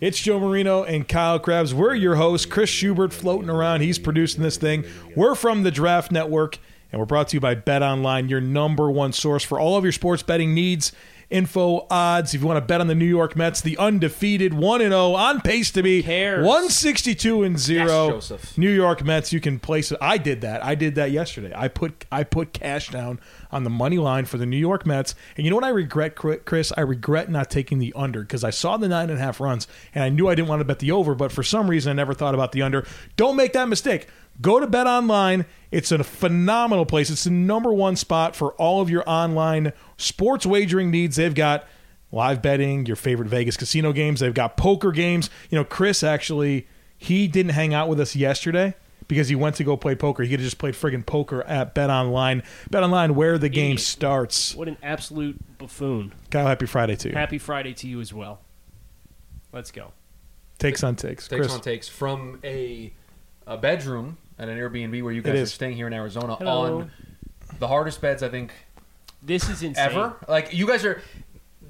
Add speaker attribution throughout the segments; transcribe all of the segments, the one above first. Speaker 1: It's Joe Marino and Kyle Krabs. We're your hosts. Chris Schubert floating around. He's producing this thing. We're from the Draft Network, and we're brought to you by Bet Online, your number one source for all of your sports betting needs, info, odds. If you want to bet on the New York Mets, the undefeated 1 0 on pace to be
Speaker 2: Cares.
Speaker 1: 162 and 0.
Speaker 2: Yes, Joseph.
Speaker 1: New York Mets, you can place it. I did that. I did that yesterday. I put I put cash down on the money line for the New York Mets. And you know what I regret, Cri- Chris? I regret not taking the under because I saw the nine and a half runs and I knew I didn't want to bet the over, but for some reason I never thought about the under. Don't make that mistake. Go to Bet Online. It's a phenomenal place. It's the number one spot for all of your online sports wagering needs. They've got live betting, your favorite Vegas casino games. They've got poker games. You know, Chris actually he didn't hang out with us yesterday because he went to go play poker. He could have just played friggin' poker at Bet Online. Bet Online, where the game
Speaker 2: Idiot.
Speaker 1: starts.
Speaker 2: What an absolute buffoon.
Speaker 1: Kyle, happy Friday to you.
Speaker 2: Happy Friday to you as well. Let's go.
Speaker 1: Takes on takes.
Speaker 3: takes
Speaker 1: Chris,
Speaker 3: on takes from a, a bedroom at an Airbnb where you
Speaker 1: It
Speaker 3: guys are
Speaker 1: is.
Speaker 3: staying here in Arizona
Speaker 2: Hello.
Speaker 3: on the hardest beds I think
Speaker 2: This is insane.
Speaker 3: ever. Like you guys are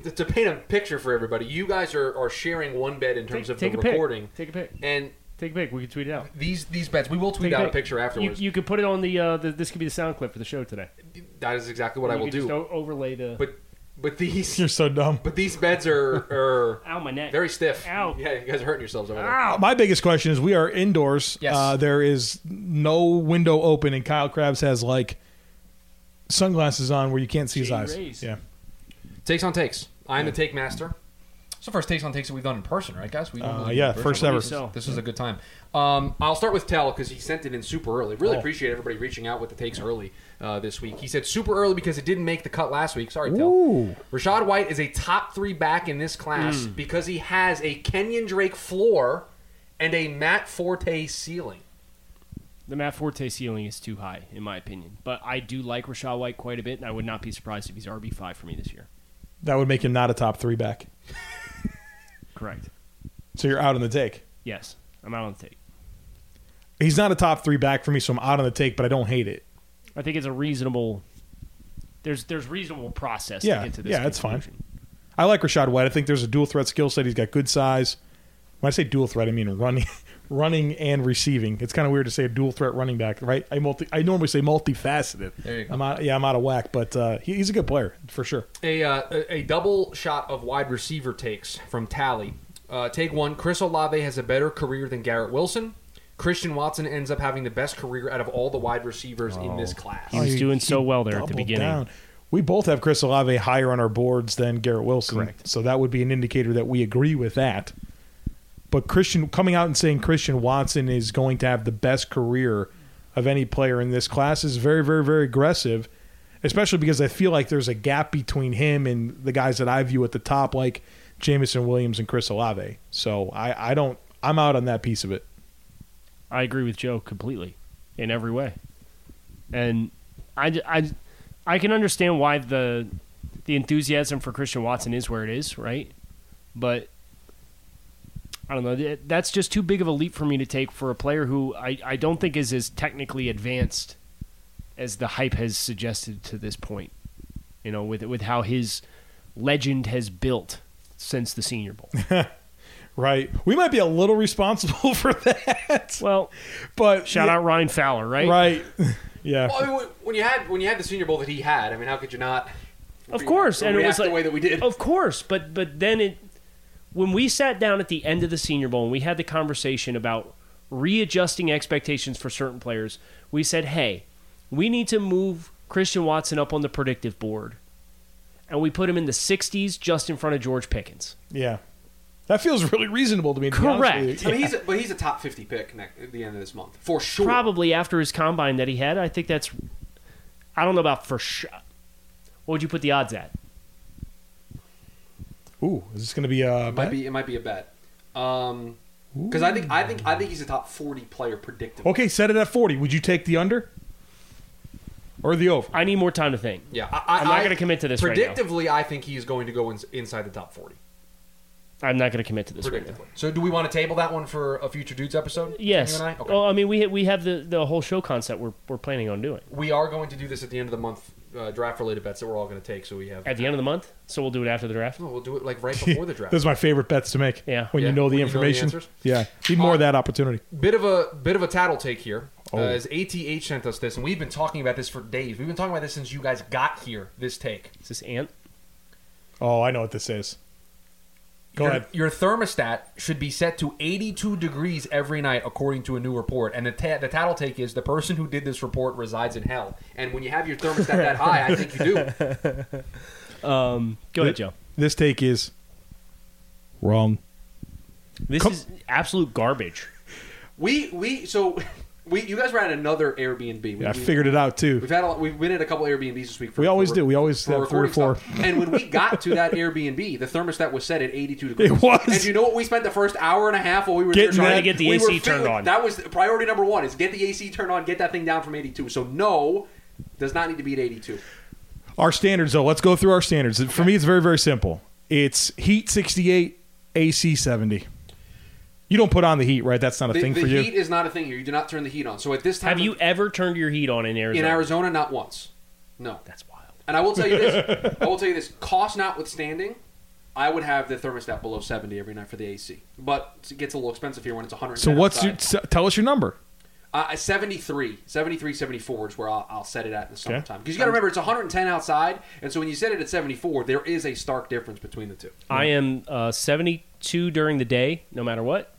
Speaker 3: to- to paint a picture for everybody. You guys are, are sharing one bed in terms
Speaker 2: Take,
Speaker 3: of
Speaker 2: take
Speaker 3: the
Speaker 2: a
Speaker 3: recording
Speaker 2: pic. Take a pic.
Speaker 3: and
Speaker 2: Take a pic. We can tweet it out.
Speaker 3: these these beds. We will tweet
Speaker 2: Take
Speaker 3: out a
Speaker 2: pic.
Speaker 3: picture
Speaker 2: You,
Speaker 3: afterwards.
Speaker 2: you could put it on the, uh, the. This could be the sound clip for the show today.
Speaker 3: that is exactly what I
Speaker 2: you
Speaker 3: will
Speaker 2: could
Speaker 3: do.
Speaker 2: Just o- overlay the.
Speaker 3: But but these
Speaker 1: you're so dumb.
Speaker 3: but these beds are are
Speaker 2: ow, my neck.
Speaker 3: very stiff.
Speaker 2: Ow.
Speaker 3: Yeah, you guys are hurting yourselves over there.
Speaker 2: Ow.
Speaker 1: My biggest question is: We are indoors.
Speaker 3: Yes.
Speaker 1: Uh, there is no window open, and Kyle Krabs has like sunglasses on where you can't see his
Speaker 2: Shady
Speaker 1: eyes.
Speaker 2: rays.
Speaker 1: Yeah.
Speaker 3: Takes on takes. I'm the take master. So first takes on takes that we've done in person, right, guys? We don't
Speaker 1: Uh,
Speaker 3: really do
Speaker 1: yeah,
Speaker 3: it in
Speaker 1: first
Speaker 3: person, but
Speaker 1: ever.
Speaker 3: This,
Speaker 2: So.
Speaker 3: this was a good time. Um, I'll start with Tell because he sent it in super early. Really
Speaker 1: Oh.
Speaker 3: appreciate everybody reaching out with the takes early uh, this week. He said super early because it didn't make the cut last week. Sorry, Tell.
Speaker 1: Ooh. Mm.
Speaker 3: Rashad White is a top three back in this class because he has a Kenyon Drake floor and a Matt Forte ceiling.
Speaker 2: The Matt Forte ceiling is too high, in my opinion. But I do like Rashad White quite a bit, and I would not be surprised if he's RB5 for me this year.
Speaker 1: That would make him not a top three back.
Speaker 2: Correct.
Speaker 1: So you're out on the take.
Speaker 2: Yes. I'm out on the take.
Speaker 1: He's not a top three back for me, so I'm out on the take, but I don't hate it.
Speaker 2: I think it's a reasonable. There's there's reasonable process
Speaker 1: Yeah,
Speaker 2: to get to this.
Speaker 1: yeah, it's fine.
Speaker 2: conclusion.
Speaker 1: I like Rashad White. I think there's a dual threat skill set. He's got good size. When I say dual threat, I mean running, running and receiving. It's kind of weird to say a dual threat running back, right? I multi, I normally say multifaceted.
Speaker 3: There you go.
Speaker 1: I'm out, yeah, I'm out of whack, but uh, he, he's a good player for sure.
Speaker 3: A, uh, a- a double shot of wide receiver takes from Tally. Uh, take one Chris Olave has a better career than Garrett Wilson. Christian Watson ends up having the best career out of all the wide receivers in this class.
Speaker 2: He was doing so well there at the
Speaker 1: doubled
Speaker 2: beginning.
Speaker 1: We both have Chris Olave higher on our boards than Garrett Wilson,
Speaker 2: Correct.
Speaker 1: so that would be an indicator that we agree with that. But Christian coming out and saying Christian Watson is going to have the best career of any player in this class is very, very, very aggressive. Especially because I feel like there's a gap between him and the guys that I view at the top, like Jamison Williams and Chris Olave. So I, I don't, I'm out on that piece of it.
Speaker 2: I agree with Joe completely in every way. And I, j- I j- I can understand why the the enthusiasm for Christian Watson is where it is, right? But I don't know. th- That's just too big of a leap for me to take for a player who I, I don't think is as technically advanced as the hype has suggested to this point. You know, with with how his legend has built since the Senior Bowl.
Speaker 1: Right. We might be a little responsible for that.
Speaker 2: well,
Speaker 1: But
Speaker 2: shout out Ryan Fowler, right?
Speaker 1: Right. yeah.
Speaker 3: Well, I mean, when you had when you had the Senior Bowl that he had, I mean, how could you not?
Speaker 2: Of course, and it was
Speaker 3: react
Speaker 2: like, Oh,
Speaker 3: the way that we did.
Speaker 2: Of course, but but then it when we sat down at the end of the Senior Bowl and we had the conversation about readjusting expectations for certain players, we said, "Hey, we need to move Christian Watson up on the predictive board." And we put him in the 60s just in front of George Pickens.
Speaker 1: Yeah. That feels really reasonable to me. To be honest
Speaker 2: Correct.
Speaker 1: with
Speaker 3: I
Speaker 1: you.
Speaker 3: mean, he's a, but he's a top fifty pick next, at the end of this month for sure.
Speaker 2: Probably after his combine that he had, I think that's I don't know about for sure. What would you put the odds at?
Speaker 1: Ooh, is this going to be uh, a
Speaker 3: It might
Speaker 1: bet?
Speaker 3: be it might be a bet. Um, Because I think I think I think he's a top forty player predictably.
Speaker 1: Okay, set it at 40. Would you take the under or the over?
Speaker 2: I need more time to think.
Speaker 3: Yeah, I, I,
Speaker 2: I'm not
Speaker 3: I-
Speaker 2: gonna commit to this right now.
Speaker 3: Predictively, I think he's going to go in, inside the top forty.
Speaker 2: I'm not going to commit to this right now.
Speaker 3: Predictively. So, do we want to table that one for a future dudes episode?
Speaker 2: Yes.
Speaker 3: You and I? Okay.
Speaker 2: Well, I mean, we ha- we have the, the whole show concept we're, we're planning on doing
Speaker 3: we are going to do this at the end of the month. Uh, draft related bets that we're all going to take. So we have.
Speaker 2: at the end of the month. So we'll do it after the draft.
Speaker 3: No, we'll do it like right before the draft.
Speaker 1: Those are my favorite bets to make.
Speaker 2: Yeah.
Speaker 1: When
Speaker 3: Yeah,
Speaker 1: you know
Speaker 3: when
Speaker 1: the
Speaker 3: you know the
Speaker 1: information.
Speaker 3: answers.
Speaker 1: yeah. Need more
Speaker 3: Uh,
Speaker 1: of that opportunity.
Speaker 3: bit of a bit of a tattle take here.
Speaker 1: Oh.
Speaker 3: Uh, as ATH sent us this, and we've been talking about this for days. We've been talking about this since you guys got here. This take.
Speaker 2: Is this Ant?
Speaker 1: Oh, I know what this is. Go
Speaker 3: your,
Speaker 1: ahead.
Speaker 3: Your thermostat should be set to 82 degrees every night, according to a new report. And the ta- the tattle take is the person who did this report resides in hell. And when you have your thermostat that high, I think you do.
Speaker 2: Um, go ahead, Joe.
Speaker 1: This take is wrong.
Speaker 2: This
Speaker 1: Come-
Speaker 2: is absolute garbage.
Speaker 3: We we so we you guys were at another Airbnb. We,
Speaker 1: I
Speaker 3: we-
Speaker 1: figured it out too.
Speaker 3: We've had a, we've been at a couple Airbnbs this week. For,
Speaker 1: We always
Speaker 3: for-
Speaker 1: do. We always
Speaker 3: for
Speaker 1: have three or
Speaker 3: recording
Speaker 1: four.
Speaker 3: stuff. And when we got to that Airbnb, the thermostat was set at 82 degrees.
Speaker 1: It was.
Speaker 3: And you know what? We spent the first hour and a half while we were
Speaker 1: Getting
Speaker 3: there trying
Speaker 1: that-
Speaker 2: to get the
Speaker 3: we were
Speaker 2: AC turned
Speaker 3: feeling-
Speaker 2: on.
Speaker 3: That was priority number one: is get the AC turned on, get that thing down from 82. So no, does not need to be at 82.
Speaker 1: Our standards, though, let's go through our standards. For me, it's very, very simple. It's heat 68, AC 70. You don't put on the heat, right? That's not a
Speaker 3: The,
Speaker 1: thing
Speaker 3: the
Speaker 1: for you.
Speaker 3: heat is not a thing here. You do not turn the heat on. So at this time,
Speaker 2: Have you
Speaker 3: of-
Speaker 2: ever turned your heat on in
Speaker 3: in
Speaker 2: Arizona?
Speaker 3: Arizona? Not once. No.
Speaker 2: That's wild.
Speaker 3: And I will tell you this. I will tell you this. Cost notwithstanding, I would have the thermostat below 70 every night for the AC. But it gets a little expensive here when it's 100.
Speaker 1: so, what's your, s- tell us your number.
Speaker 3: uh, 73, 73, 74 is where I'll, I'll set it at in the summertime. Because you
Speaker 1: Um,
Speaker 3: got to remember it's 110 outside, and so when you set it at 74, there is a stark difference between the two.
Speaker 2: I am uh, 72 during the day, no matter what,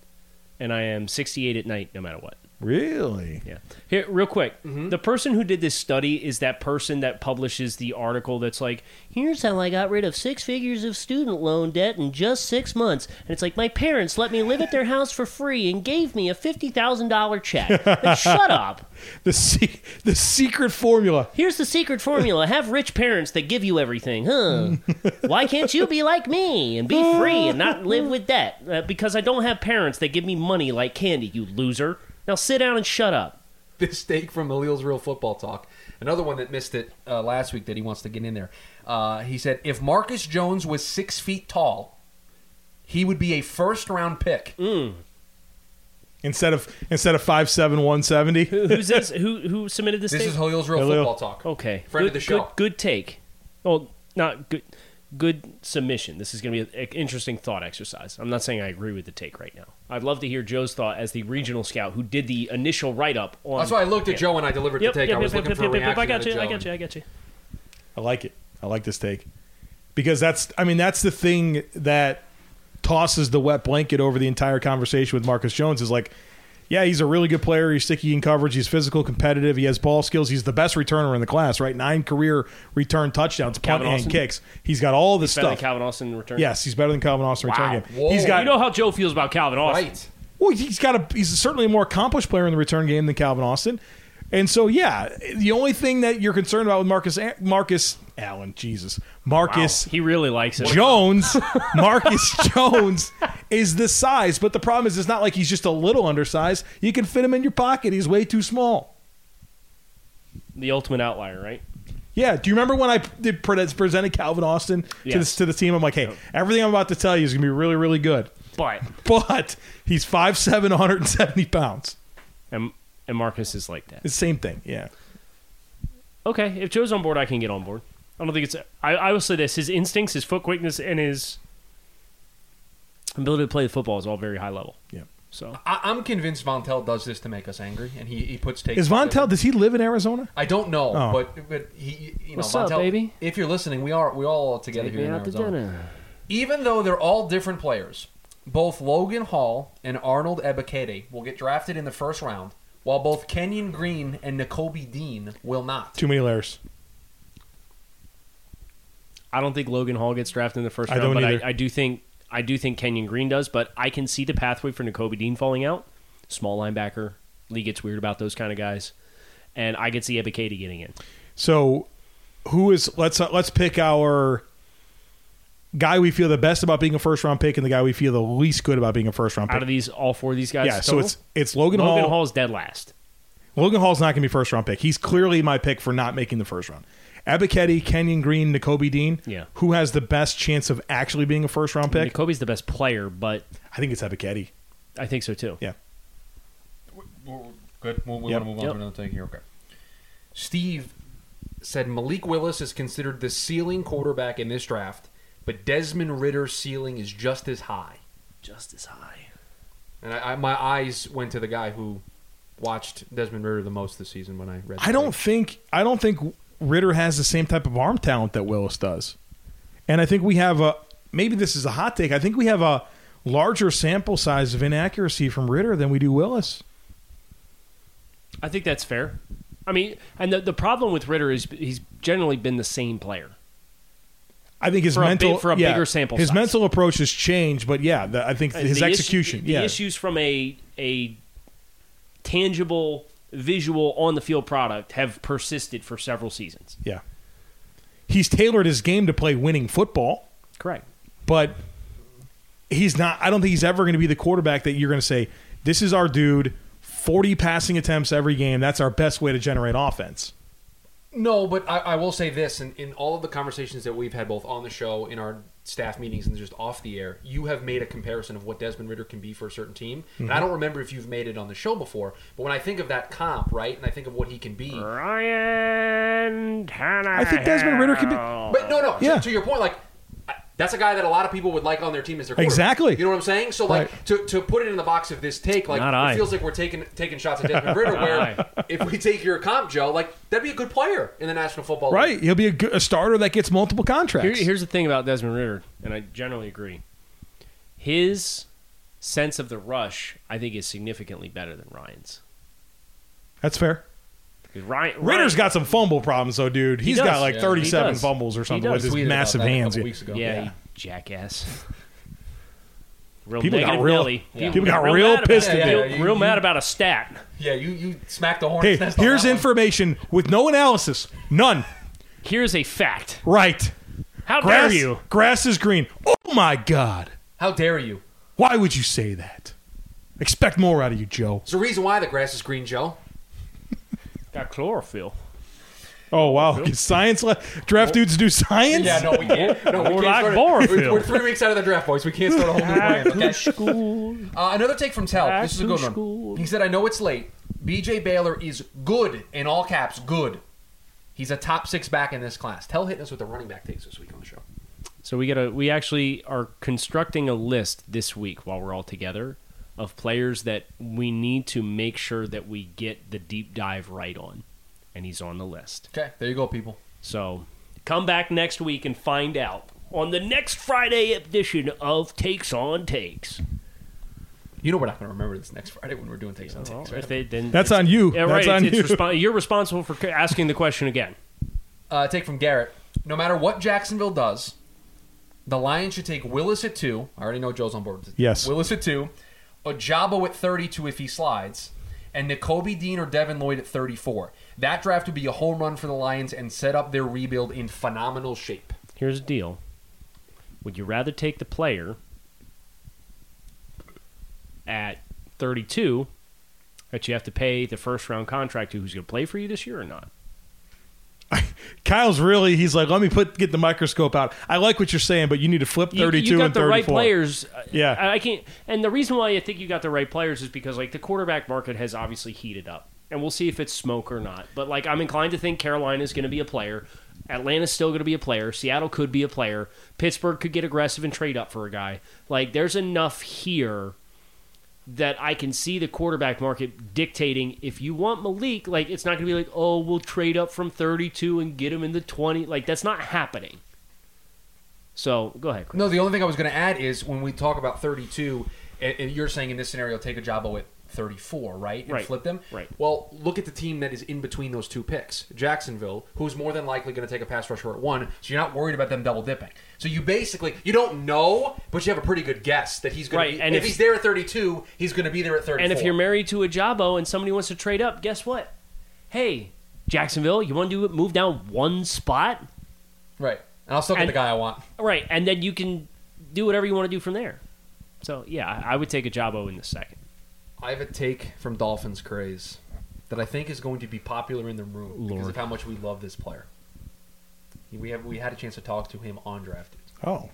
Speaker 2: and I am 68 at night, no matter what.
Speaker 1: Really?
Speaker 2: Yeah. Here, real quick. The person who did this study is that person that publishes the article that's like, here's how I got rid of six figures of student loan debt in just six months. And it's like, my parents let me live at their house for free and gave me a $50,000 check. Like, shut up.
Speaker 1: The, se- the secret formula.
Speaker 2: Here's the secret formula have rich parents that give you everything, huh? Why can't you be like me and be free and not live with debt? Uh, because I don't have parents that give me money like candy, you loser. Now sit down and shut up.
Speaker 3: This steak from Alil's Real Football Talk. Another one that missed it uh, last week that he wants to get in there. Uh, he said, if Marcus Jones was six feet tall, he would be a first round pick.
Speaker 1: Mm. Instead of instead of 57170.
Speaker 2: Who's this? Who who submitted this?
Speaker 3: This
Speaker 2: thing?
Speaker 3: is Halil's Real
Speaker 1: Halil.
Speaker 3: Football Talk.
Speaker 2: okay.
Speaker 3: Friend
Speaker 2: good,
Speaker 3: of the show.
Speaker 2: Good, good take. Well, not good. Good submission. This is going to be an interesting thought exercise. I'm not saying I agree with the take right now. I'd love to hear Joe's thought as the regional scout who did the initial write up on.
Speaker 3: That's why I looked at Joe and I delivered
Speaker 2: Yep,
Speaker 3: the take.
Speaker 2: yep,
Speaker 3: I was
Speaker 2: yep,
Speaker 3: looking
Speaker 2: yep,
Speaker 3: for
Speaker 2: yep,
Speaker 3: a
Speaker 2: yep, yep,
Speaker 3: reaction.
Speaker 2: I got
Speaker 3: to
Speaker 2: you.
Speaker 3: Joe.
Speaker 2: I got you. I got you.
Speaker 1: I like it. I like this take. Because that's I mean, that's the thing that tosses the wet blanket over the entire conversation with Marcus Jones is like, yeah, he's a really good player. He's sticky in coverage. He's physical, competitive. He has ball skills. He's the best returner in the class, right? Nine career return touchdowns, punt
Speaker 2: Calvin
Speaker 1: and
Speaker 2: Austin?
Speaker 1: kicks. He's got all this
Speaker 2: Better than
Speaker 1: stuff.
Speaker 2: Calvin Austin in return.
Speaker 1: yes, he's better than Calvin Austin
Speaker 2: Wow.
Speaker 1: return game.
Speaker 3: Whoa.
Speaker 1: He's got
Speaker 2: You know how Joe feels about Calvin Austin.
Speaker 3: Right.
Speaker 1: Well, he's got a he's certainly a more accomplished player in the return game than Calvin Austin. And so yeah, the only thing that you're concerned about with Marcus Marcus Allen, Jesus. Marcus
Speaker 2: He really likes it.
Speaker 1: Jones, Marcus Jones is the size, but the problem is it's not like he's just a little undersized. You can fit him in your pocket. He's way too small.
Speaker 2: The ultimate outlier, right?
Speaker 1: Yeah. Do you remember when I did pre- presented Calvin Austin to,
Speaker 2: Yes.
Speaker 1: this, to the team? I'm like, hey, everything I'm about to tell you is gonna be really, really good.
Speaker 2: But
Speaker 1: But he's 5'7", 170 pounds.
Speaker 2: and and Marcus is like that.
Speaker 1: It's the same thing. Yeah.
Speaker 2: Okay, if Joe's on board, I can get on board. I don't think it's. I, I will say this: his instincts, his foot quickness, and his ability to play the football is all very high level.
Speaker 1: Yeah.
Speaker 2: So
Speaker 3: I, I'm convinced Vontel does this to make us angry, and he, he puts takes.
Speaker 1: Is Vontel? Does he live in Arizona?
Speaker 3: I don't know,
Speaker 1: Oh.
Speaker 3: but but he you know
Speaker 2: What's
Speaker 3: Vontel,
Speaker 2: up, baby?
Speaker 3: If you're listening, we are we all together here in Arizona.
Speaker 2: dinner.
Speaker 3: Even though they're all different players, both Logan Hall and Arnold Ebikete will get drafted in the first round, while both Kenyon Green and Nicobe Dean will not.
Speaker 1: Too many layers.
Speaker 2: I don't think Logan Hall gets drafted in the first
Speaker 1: I
Speaker 2: round,
Speaker 1: don't
Speaker 2: but
Speaker 1: either.
Speaker 2: I, I do think I do think Kenyon Green does. But I can see the pathway for N'Kobe Dean falling out. Small linebacker. Lee gets weird about those kind of guys, and I could see Ebikade getting in.
Speaker 1: uh, So, who is? Let's let's pick our guy we feel the best about being a first round pick and the guy we feel the least good about being a first round pick.
Speaker 2: out of these all four of these guys.
Speaker 1: yeah, so
Speaker 2: total?
Speaker 1: it's it's Logan,
Speaker 2: Logan
Speaker 1: Hall.
Speaker 2: Hall's dead last.
Speaker 1: Logan Hall's not going to be first round pick. He's clearly my pick for not making the first round. Abaketti, Kenyon Green, Nicobe Dean.
Speaker 2: Yeah.
Speaker 1: Who has the best chance of actually being a first round
Speaker 2: I
Speaker 1: pick?
Speaker 2: mean, Kobe's the best player, but
Speaker 1: I think it's Abaketti.
Speaker 2: I think so too.
Speaker 1: Yeah.
Speaker 3: Good. We'll, we
Speaker 1: Yep.
Speaker 3: want to move on
Speaker 2: Yep.
Speaker 3: to another thing here. Okay. Steve said Malik Willis is considered the ceiling quarterback in this draft, but Desmond Ritter's ceiling is just as high.
Speaker 2: Just as high.
Speaker 3: And I, I, my eyes went to the guy who watched Desmond Ritter the most this season when I read. the
Speaker 1: I don't
Speaker 3: thing.
Speaker 1: think I don't think Ritter has the same type of arm talent that Willis does. And I think we have a maybe this is a hot take. I think we have a larger sample size of inaccuracy from Ritter than we do Willis.
Speaker 2: I think that's fair. I mean, and the, the problem with Ritter is he's generally been the same player.
Speaker 1: I think his
Speaker 2: For a big-
Speaker 1: mental
Speaker 2: for a
Speaker 1: yeah,
Speaker 2: bigger sample
Speaker 1: His
Speaker 2: size.
Speaker 1: mental approach has changed, but yeah, the, I think
Speaker 2: Uh,
Speaker 1: his
Speaker 2: the issue-
Speaker 1: execution.
Speaker 2: the
Speaker 1: yeah,
Speaker 2: issues from a a tangible, visual, on the field product have persisted for several seasons.
Speaker 1: yeah. He's tailored his game to play winning football,
Speaker 2: Correct.
Speaker 1: but he's not. I don't think he's ever going to be the quarterback that you're going to say this is our dude. Forty passing attempts every game. That's our best way to generate offense.
Speaker 3: No, but I, I will say this: in, in all of the conversations that we've had, both on the show, in our staff meetings, and just off the air, you have made a comparison of what Desmond Ritter can be for a certain team.
Speaker 1: Mm-hmm.
Speaker 3: And I don't remember if you've made it on the show before, but when I think of that comp, right, and I think of what he can be,
Speaker 2: Uh-huh. Ryan
Speaker 1: I think Desmond Ritter could be-
Speaker 3: But no, no. to-
Speaker 1: Yeah.
Speaker 3: To, your point, like I- that's a guy that a lot of people would like on their team as their quarterback.
Speaker 1: Exactly.
Speaker 3: You know what I'm saying? So like to, to put it in the box of this take, like
Speaker 2: Not
Speaker 3: it
Speaker 2: I.
Speaker 3: feels like we're taking taking shots at Desmond Ritter.
Speaker 2: Not
Speaker 3: where if we take your comp, Joe, like that'd be a good player in the National Football League.
Speaker 1: Right. He'll be a, good- a starter that gets multiple
Speaker 2: Here,
Speaker 1: contracts.
Speaker 2: here's the thing about Desmond Ritter, and I generally agree. His sense of the rush, I think, is significantly better than Ryan's.
Speaker 1: That's fair.
Speaker 2: 'Cause Ryan,
Speaker 1: Ritter's
Speaker 2: Ryan-
Speaker 1: got some fumble problems, though, dude.
Speaker 2: He
Speaker 1: He's
Speaker 2: does.
Speaker 1: got like
Speaker 3: Yeah.
Speaker 1: 37
Speaker 2: He does.
Speaker 1: fumbles or
Speaker 2: He
Speaker 1: something with
Speaker 2: does.
Speaker 1: his
Speaker 3: Tweeted about
Speaker 1: massive
Speaker 3: that a
Speaker 1: hands.
Speaker 3: couple
Speaker 1: Yeah.
Speaker 3: weeks ago.
Speaker 2: yeah,
Speaker 1: Yeah.
Speaker 2: you jackass. Real
Speaker 1: People got
Speaker 2: negative
Speaker 1: real-
Speaker 2: Nelly.
Speaker 1: Yeah. people got real
Speaker 2: mad about-
Speaker 1: pissed
Speaker 3: at
Speaker 2: real-
Speaker 3: that.
Speaker 2: real mad about a stat.
Speaker 3: Yeah, you you smack the
Speaker 1: Hey,
Speaker 3: hornets. nest on
Speaker 1: here's
Speaker 3: that one.
Speaker 1: information with no analysis. None.
Speaker 2: Here's a fact.
Speaker 1: Right.
Speaker 2: How
Speaker 1: Grass,
Speaker 2: dare you?
Speaker 1: grass is green. Oh, my God.
Speaker 3: How dare you?
Speaker 1: Why would you say that? Expect more out of you, Joe.
Speaker 3: There's a reason why the grass is green, Joe.
Speaker 2: Got chlorophyll.
Speaker 1: Oh, wow. Can science le- draft dudes do science?
Speaker 3: Yeah, no, we can't. No, we
Speaker 2: More
Speaker 3: can't
Speaker 2: like
Speaker 3: start a-
Speaker 2: Borough-field.
Speaker 3: we're, we're three weeks out of the draft, boys. We can't start a whole new brand. Okay?
Speaker 2: school.
Speaker 3: Uh, another take from Tel.
Speaker 2: Back
Speaker 3: This is a
Speaker 2: to
Speaker 3: good
Speaker 2: school.
Speaker 3: one. He said, "I know it's late. BJ Baylor is good in all caps. Good. He's a top six back in this class." Tell hitting us with the running back takes this week on the show.
Speaker 2: So we gotta. We actually are constructing a list this week while we're all together of players that we need to make sure that we get the deep dive right on, and he's on the list.
Speaker 3: Okay, there you go, people.
Speaker 2: So come back next week and find out on the next Friday edition of Takes on Takes.
Speaker 3: You know we're not going to remember this next Friday when we're doing takes on takes.
Speaker 2: If
Speaker 3: Right?
Speaker 2: they- then
Speaker 1: That's
Speaker 2: it's-
Speaker 1: on you.
Speaker 2: Yeah,
Speaker 1: That's
Speaker 2: right.
Speaker 1: on
Speaker 2: it's,
Speaker 1: you.
Speaker 2: it's respon- you're responsible for c- asking the question again.
Speaker 3: Uh, take from Garrett. No matter what Jacksonville does, the Lions should take Willis at two. I already know Joe's on board. with this.
Speaker 1: Yes.
Speaker 3: Willis at two, Ojabo at thirty-two if he slides, and Nicobe Dean or Devin Lloyd at thirty-four. That draft would be a home run for the Lions and set up their rebuild in phenomenal shape.
Speaker 2: Here's the deal. Would you rather take the player at 32 that you have to pay the first round contract to who's going to play for you this year or not?
Speaker 1: Kyle's really, he's like, let me put get the microscope out. I like what you're saying, but you need to flip
Speaker 2: You-
Speaker 1: 32
Speaker 2: you, got
Speaker 1: and
Speaker 2: the
Speaker 1: 34.
Speaker 2: right players.
Speaker 1: Yeah.
Speaker 2: I, I can't. And the reason why I think you got the right players is because like the quarterback market has obviously heated up, and we'll see if it's smoke or not. But like I'm inclined to think Carolina's going to be a player. Atlanta's still going to be a player. Seattle could be a player. Pittsburgh could get aggressive and trade up for a guy. Like there's enough here that I can see the quarterback market dictating if you want Malik, like it's not going to be like, "Oh, we'll trade up from 32 and get him in the 20." Like that's not happening. So, go ahead. Chris.
Speaker 3: No, the only thing I was going to add is when we talk about 32, and, and you're saying in this scenario, take a Jabo at 34, right? And
Speaker 2: Right.
Speaker 3: flip them?
Speaker 2: Right.
Speaker 3: Well, look at the team that is in between those two picks Jacksonville, who's more than likely going to take a pass rusher at one, so you're not worried about them double dipping. So you basically, you don't know, but you have a pretty good guess that he's going
Speaker 2: Right,
Speaker 3: to be.
Speaker 2: and
Speaker 3: if,
Speaker 2: if-
Speaker 3: he's there at 32, he's going to be there at 34.
Speaker 2: And if you're married to a Jabo and somebody wants to trade up, guess what? Hey, Jacksonville, you want to do it, move down one spot?
Speaker 3: Right. and I'll still get
Speaker 2: And-
Speaker 3: the guy I want.
Speaker 2: Right, and then you can do whatever you want to do from there. So yeah, I I would take a Ajabo in the second.
Speaker 3: I have a take from Dolphins craze that I think is going to be popular in the room because
Speaker 2: Lord.
Speaker 3: of how much we love this player. We have we had a chance to talk to him on draft.
Speaker 1: Oh,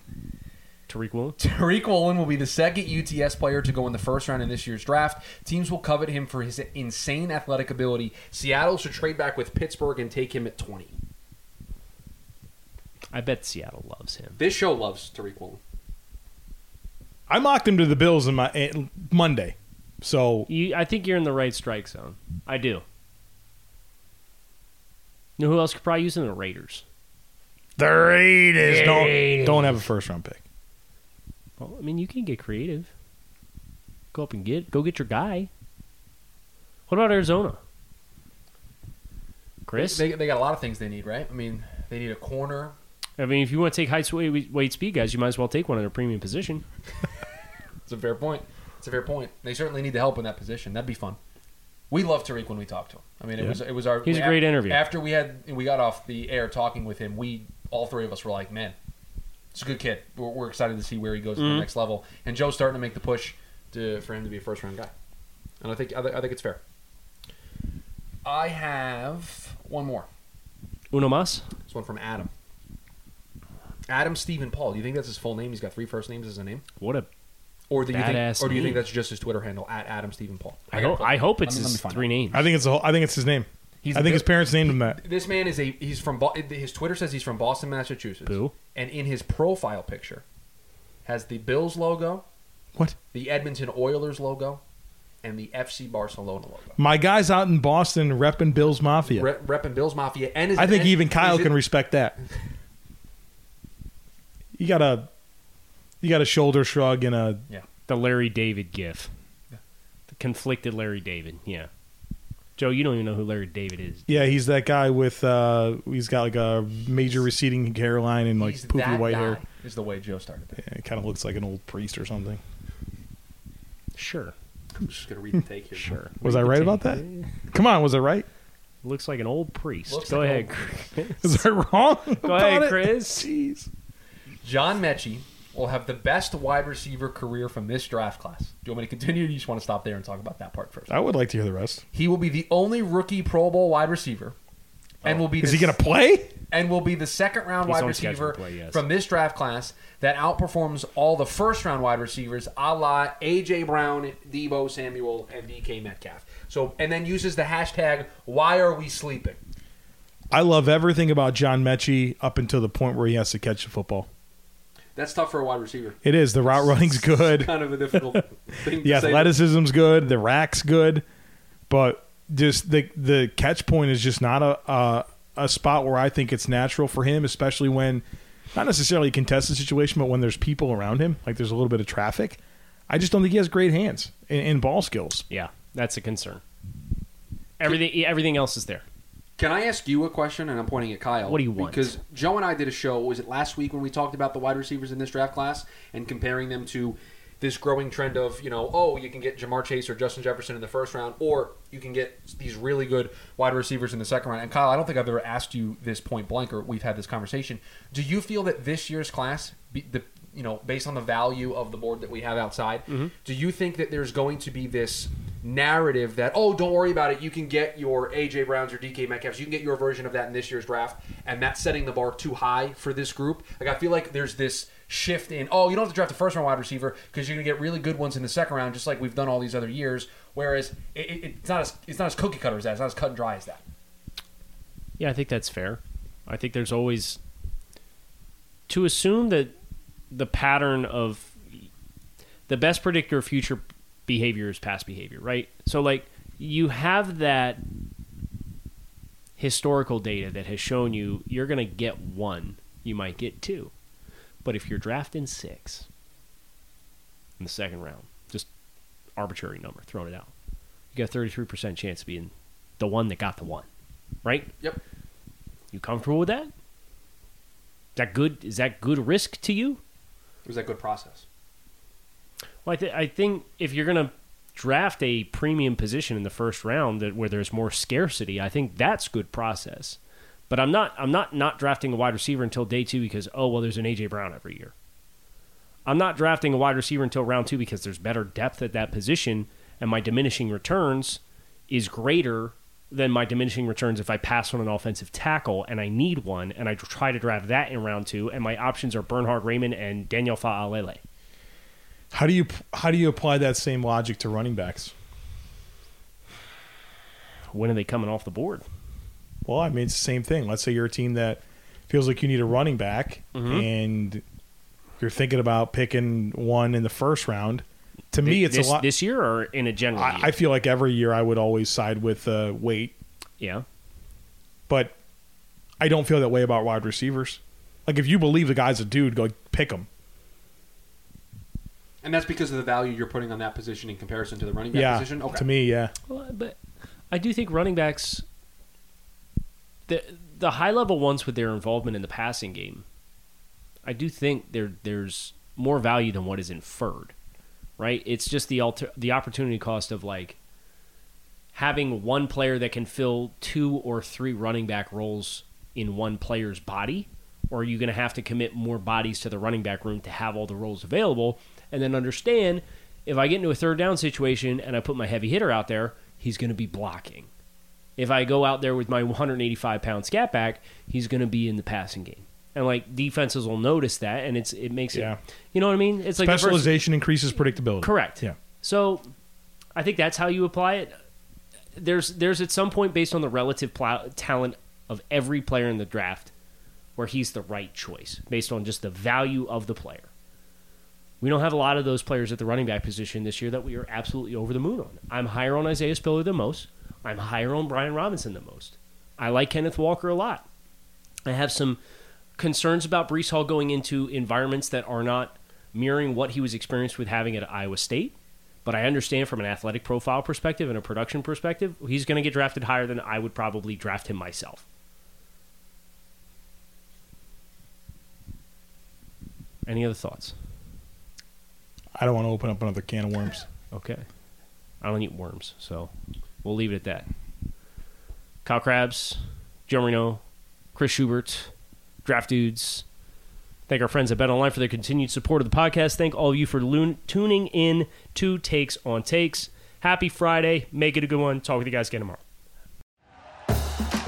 Speaker 2: Tariq Woolen.
Speaker 3: Tariq Woolen will be the second UTS player to go in the first round in this year's draft. Teams will covet him for his insane athletic ability. Seattle should trade back with Pittsburgh and take him at 20.
Speaker 2: I bet Seattle loves him.
Speaker 3: This show loves Tariq Woolen.
Speaker 1: I mocked him to the Bills in my eh, Monday. So
Speaker 2: You, I think you're in the right strike zone. I do. You know who else could probably use him? The Raiders.
Speaker 1: the Raiders don't don't have a first round pick.
Speaker 2: Well, I mean, you can get creative. Go up and get go get your guy. What about Arizona? Chris,
Speaker 3: They, they got a lot of things they need, right? I mean, they need a corner.
Speaker 2: I mean, if you want to take height, weight, weight, speed guys, you might as well take one at a premium position.
Speaker 3: It's a fair point. It's a fair point. They certainly need the help in that position. That'd be fun. We love Tariq when we talk to him. I mean, it
Speaker 1: Yeah.
Speaker 3: was it was our.
Speaker 2: He's a
Speaker 3: af-
Speaker 2: great interview.
Speaker 3: After we had we got off the air talking with him, we all three of us were like, man, it's a good kid. We're, we're excited to see where he goes to
Speaker 2: Mm-hmm.
Speaker 3: the next level. And Joe's starting to make the push to for him to be a first round guy. And I think I, thi- I think it's fair. I have one more.
Speaker 2: Uno mas.
Speaker 3: This one from Adam. Adam Stephen Paul. Do you think that's his full name? He's got three first names as a name.
Speaker 2: What a
Speaker 3: Or do you think,
Speaker 2: Badass
Speaker 3: or do you think
Speaker 2: name.
Speaker 3: that's just his Twitter handle at Adam Stephen Paul?
Speaker 2: I hope, I hope it's
Speaker 3: Let me- let me
Speaker 2: his
Speaker 3: find
Speaker 2: three
Speaker 3: out.
Speaker 2: names.
Speaker 1: I think it's a whole, I think it's his name.
Speaker 3: He's
Speaker 1: I think
Speaker 3: a-
Speaker 1: his parents named him that.
Speaker 3: This man is a he's from Bo- his Twitter says he's from Boston, Massachusetts.
Speaker 2: Boo.
Speaker 3: And in his profile picture has the Bills logo,
Speaker 1: What?
Speaker 3: the Edmonton Oilers logo, and the FC Barcelona logo.
Speaker 1: My guys out in Boston repping Bills Mafia.
Speaker 3: Re- repping Bills Mafia and his,
Speaker 1: I think
Speaker 3: and-
Speaker 1: even Kyle
Speaker 3: is it-
Speaker 1: can respect that. You got a you got a shoulder shrug and a
Speaker 2: The Larry David gif. The conflicted Larry David, yeah. Joe, you don't even know who Larry David is.
Speaker 1: yeah, he's that guy with uh he's got like a major receding hairline and like
Speaker 3: he's
Speaker 1: poofy
Speaker 3: that
Speaker 1: white
Speaker 3: guy,
Speaker 1: hair.
Speaker 3: is the way Joe started. That.
Speaker 1: Yeah, it kind of looks like an old priest or something.
Speaker 2: Sure,
Speaker 3: I'm just gonna read the take here.
Speaker 2: sure.
Speaker 1: Was I right about that? Come on, was I right?
Speaker 2: Looks like an old priest.
Speaker 3: Looks
Speaker 2: Go
Speaker 3: like
Speaker 2: ahead,
Speaker 3: old-
Speaker 2: Chris.
Speaker 1: Is I wrong?
Speaker 2: Go ahead,
Speaker 1: about it?
Speaker 2: Chris.
Speaker 1: Jeez.
Speaker 3: John Mechie will have the best wide receiver career from this draft class. Do you want me to continue? Or do you just want to stop there and talk about that part first?
Speaker 1: I would like to hear the rest.
Speaker 3: He will be the only rookie Pro Bowl wide receiver,
Speaker 2: Oh.
Speaker 3: and will be
Speaker 1: Is
Speaker 3: the
Speaker 1: he going to play?
Speaker 3: and will be the second round
Speaker 2: He's
Speaker 3: wide
Speaker 2: on schedule
Speaker 3: receiver
Speaker 2: to play, yes.
Speaker 3: from this draft class that outperforms all the first round wide receivers, a la AJ Brown, Debo Samuel, and DK Metcalf. So, and then uses the hashtag Why Are We Sleeping?
Speaker 1: I love everything about John Mechie up until the point where he has to catch the football.
Speaker 3: That's tough for a wide receiver.
Speaker 1: It is the route running's good.
Speaker 3: Kind of a difficult thing.
Speaker 1: the
Speaker 3: to say.
Speaker 1: athleticism's good, the rack's good, but just the the catch point is just not a a, a spot where I think it's natural for him, especially when not necessarily a contested situation, but when there's people around him, like there's a little bit of traffic. I just don't think he has great hands and, and ball skills.
Speaker 2: Yeah, that's a concern. Everything, everything else is there.
Speaker 3: Can I ask you a question? And I'm pointing at Kyle.
Speaker 2: What do you want?
Speaker 3: Because Joe and I did a show. Was it last week when we talked about the wide receivers in this draft class and comparing them to this growing trend of you know, oh, you can get Jamar Chase or Justin Jefferson in the first round, or you can get these really good wide receivers in the second round. And Kyle, I don't think I've ever asked you this point blank, or we've had this conversation. Do you feel that this year's class, be, the you know, based on the value of the board that we have outside, do you think that there's going to be this narrative that oh, don't worry about it, you can get your AJ Browns or DK Metcalfs, you can get your version of that in this year's draft, and that's setting the bar too high for this group? Like I feel like there's this shift in oh, you don't have to draft a first round wide receiver because you're gonna get really good ones in the second round, just like we've done all these other years. Whereas it, it, it's not as it's not as cookie cutter as that, it's not as cut and dry as that.
Speaker 2: Yeah, I think that's fair. I think there's always to assume that the pattern of the best predictor of future behavior is past behavior, right? So like you have that historical data that has shown you you're going to get one, you might get two. But if you're drafting 6 in the second round, just arbitrary number, throwing it out. You got a 33% chance of being the one that got the one, right?
Speaker 3: Yep.
Speaker 2: You comfortable with that? Is that good? Is that good risk to you?
Speaker 3: It was that good process.
Speaker 2: Well, I, th- I think if you're going to draft a premium position in the first round that where there's more scarcity, I think that's good process. But I'm not I'm not not drafting a wide receiver until day two because oh well there's an AJ Brown every year. I'm not drafting a wide receiver until round two because there's better depth at that position and my diminishing returns is greater than my diminishing returns if I pass on an offensive tackle and I need one and I try to draft that in round two and my options are Bernhard Raymond and Daniel Faalele.
Speaker 1: How do you how do you apply that same logic to running backs?
Speaker 2: When are they coming off the board?
Speaker 1: Well, I mean, it's the same thing. Let's say you're a team that feels like you need a running back
Speaker 2: Mhm.
Speaker 1: and you're thinking about picking one in the first round. To me, it's
Speaker 2: this,
Speaker 1: a lot.
Speaker 2: this year or in a general. year?
Speaker 1: I, I feel like every year I would always side with uh, weight,
Speaker 2: yeah.
Speaker 1: but I don't feel that way about wide receivers. Like, if you believe the guy's a dude, go pick him.
Speaker 3: And that's because of the value you're putting on that position in comparison to the running back
Speaker 1: yeah.
Speaker 3: position. Okay.
Speaker 1: To me, yeah.
Speaker 2: Well, but I do think running backs, the the high level ones with their involvement in the passing game, I do think there there's more value than what is inferred, right? It's just the alter, the opportunity cost of like having one player that can fill two or three running back roles in one player's body, or are you going to have to commit more bodies to the running back room to have all the roles available? And then understand if I get into a third down situation and I put my heavy hitter out there, he's going to be blocking. If I go out there with my 185 pound scat back, he's going to be in the passing game. And like defenses will notice that, and it's it makes
Speaker 1: Yeah.
Speaker 2: it, you know what I mean? It's like the vers-
Speaker 1: Specialization increases predictability.
Speaker 2: Correct.
Speaker 1: Yeah.
Speaker 2: So, I think that's how you apply it. There's there's at some point based on the relative pl- talent of every player in the draft, where he's the right choice based on just the value of the player. We don't have a lot of those players at the running back position this year that we are absolutely over the moon on. I'm higher on Isaiah Spiller than most. I'm higher on Brian Robinson than most. I like Kenneth Walker a lot. I have some concerns about Brees Hall going into environments that are not mirroring what he was experienced with having at Iowa State. But I understand from an athletic profile perspective and a production perspective, he's going to get drafted higher than I would probably draft him myself. Any other thoughts?
Speaker 1: I don't want to open up another can of worms.
Speaker 2: Okay. I don't eat worms, so we'll leave it at that. Kyle Krabs, Joe Marino, Chris Schubert, Draft Dudes. Thank our friends at Bet Online for their continued support of the podcast. Thank all of you for loon- tuning in to Takes on Takes. Happy Friday. Make it a good one. Talk with you guys again tomorrow.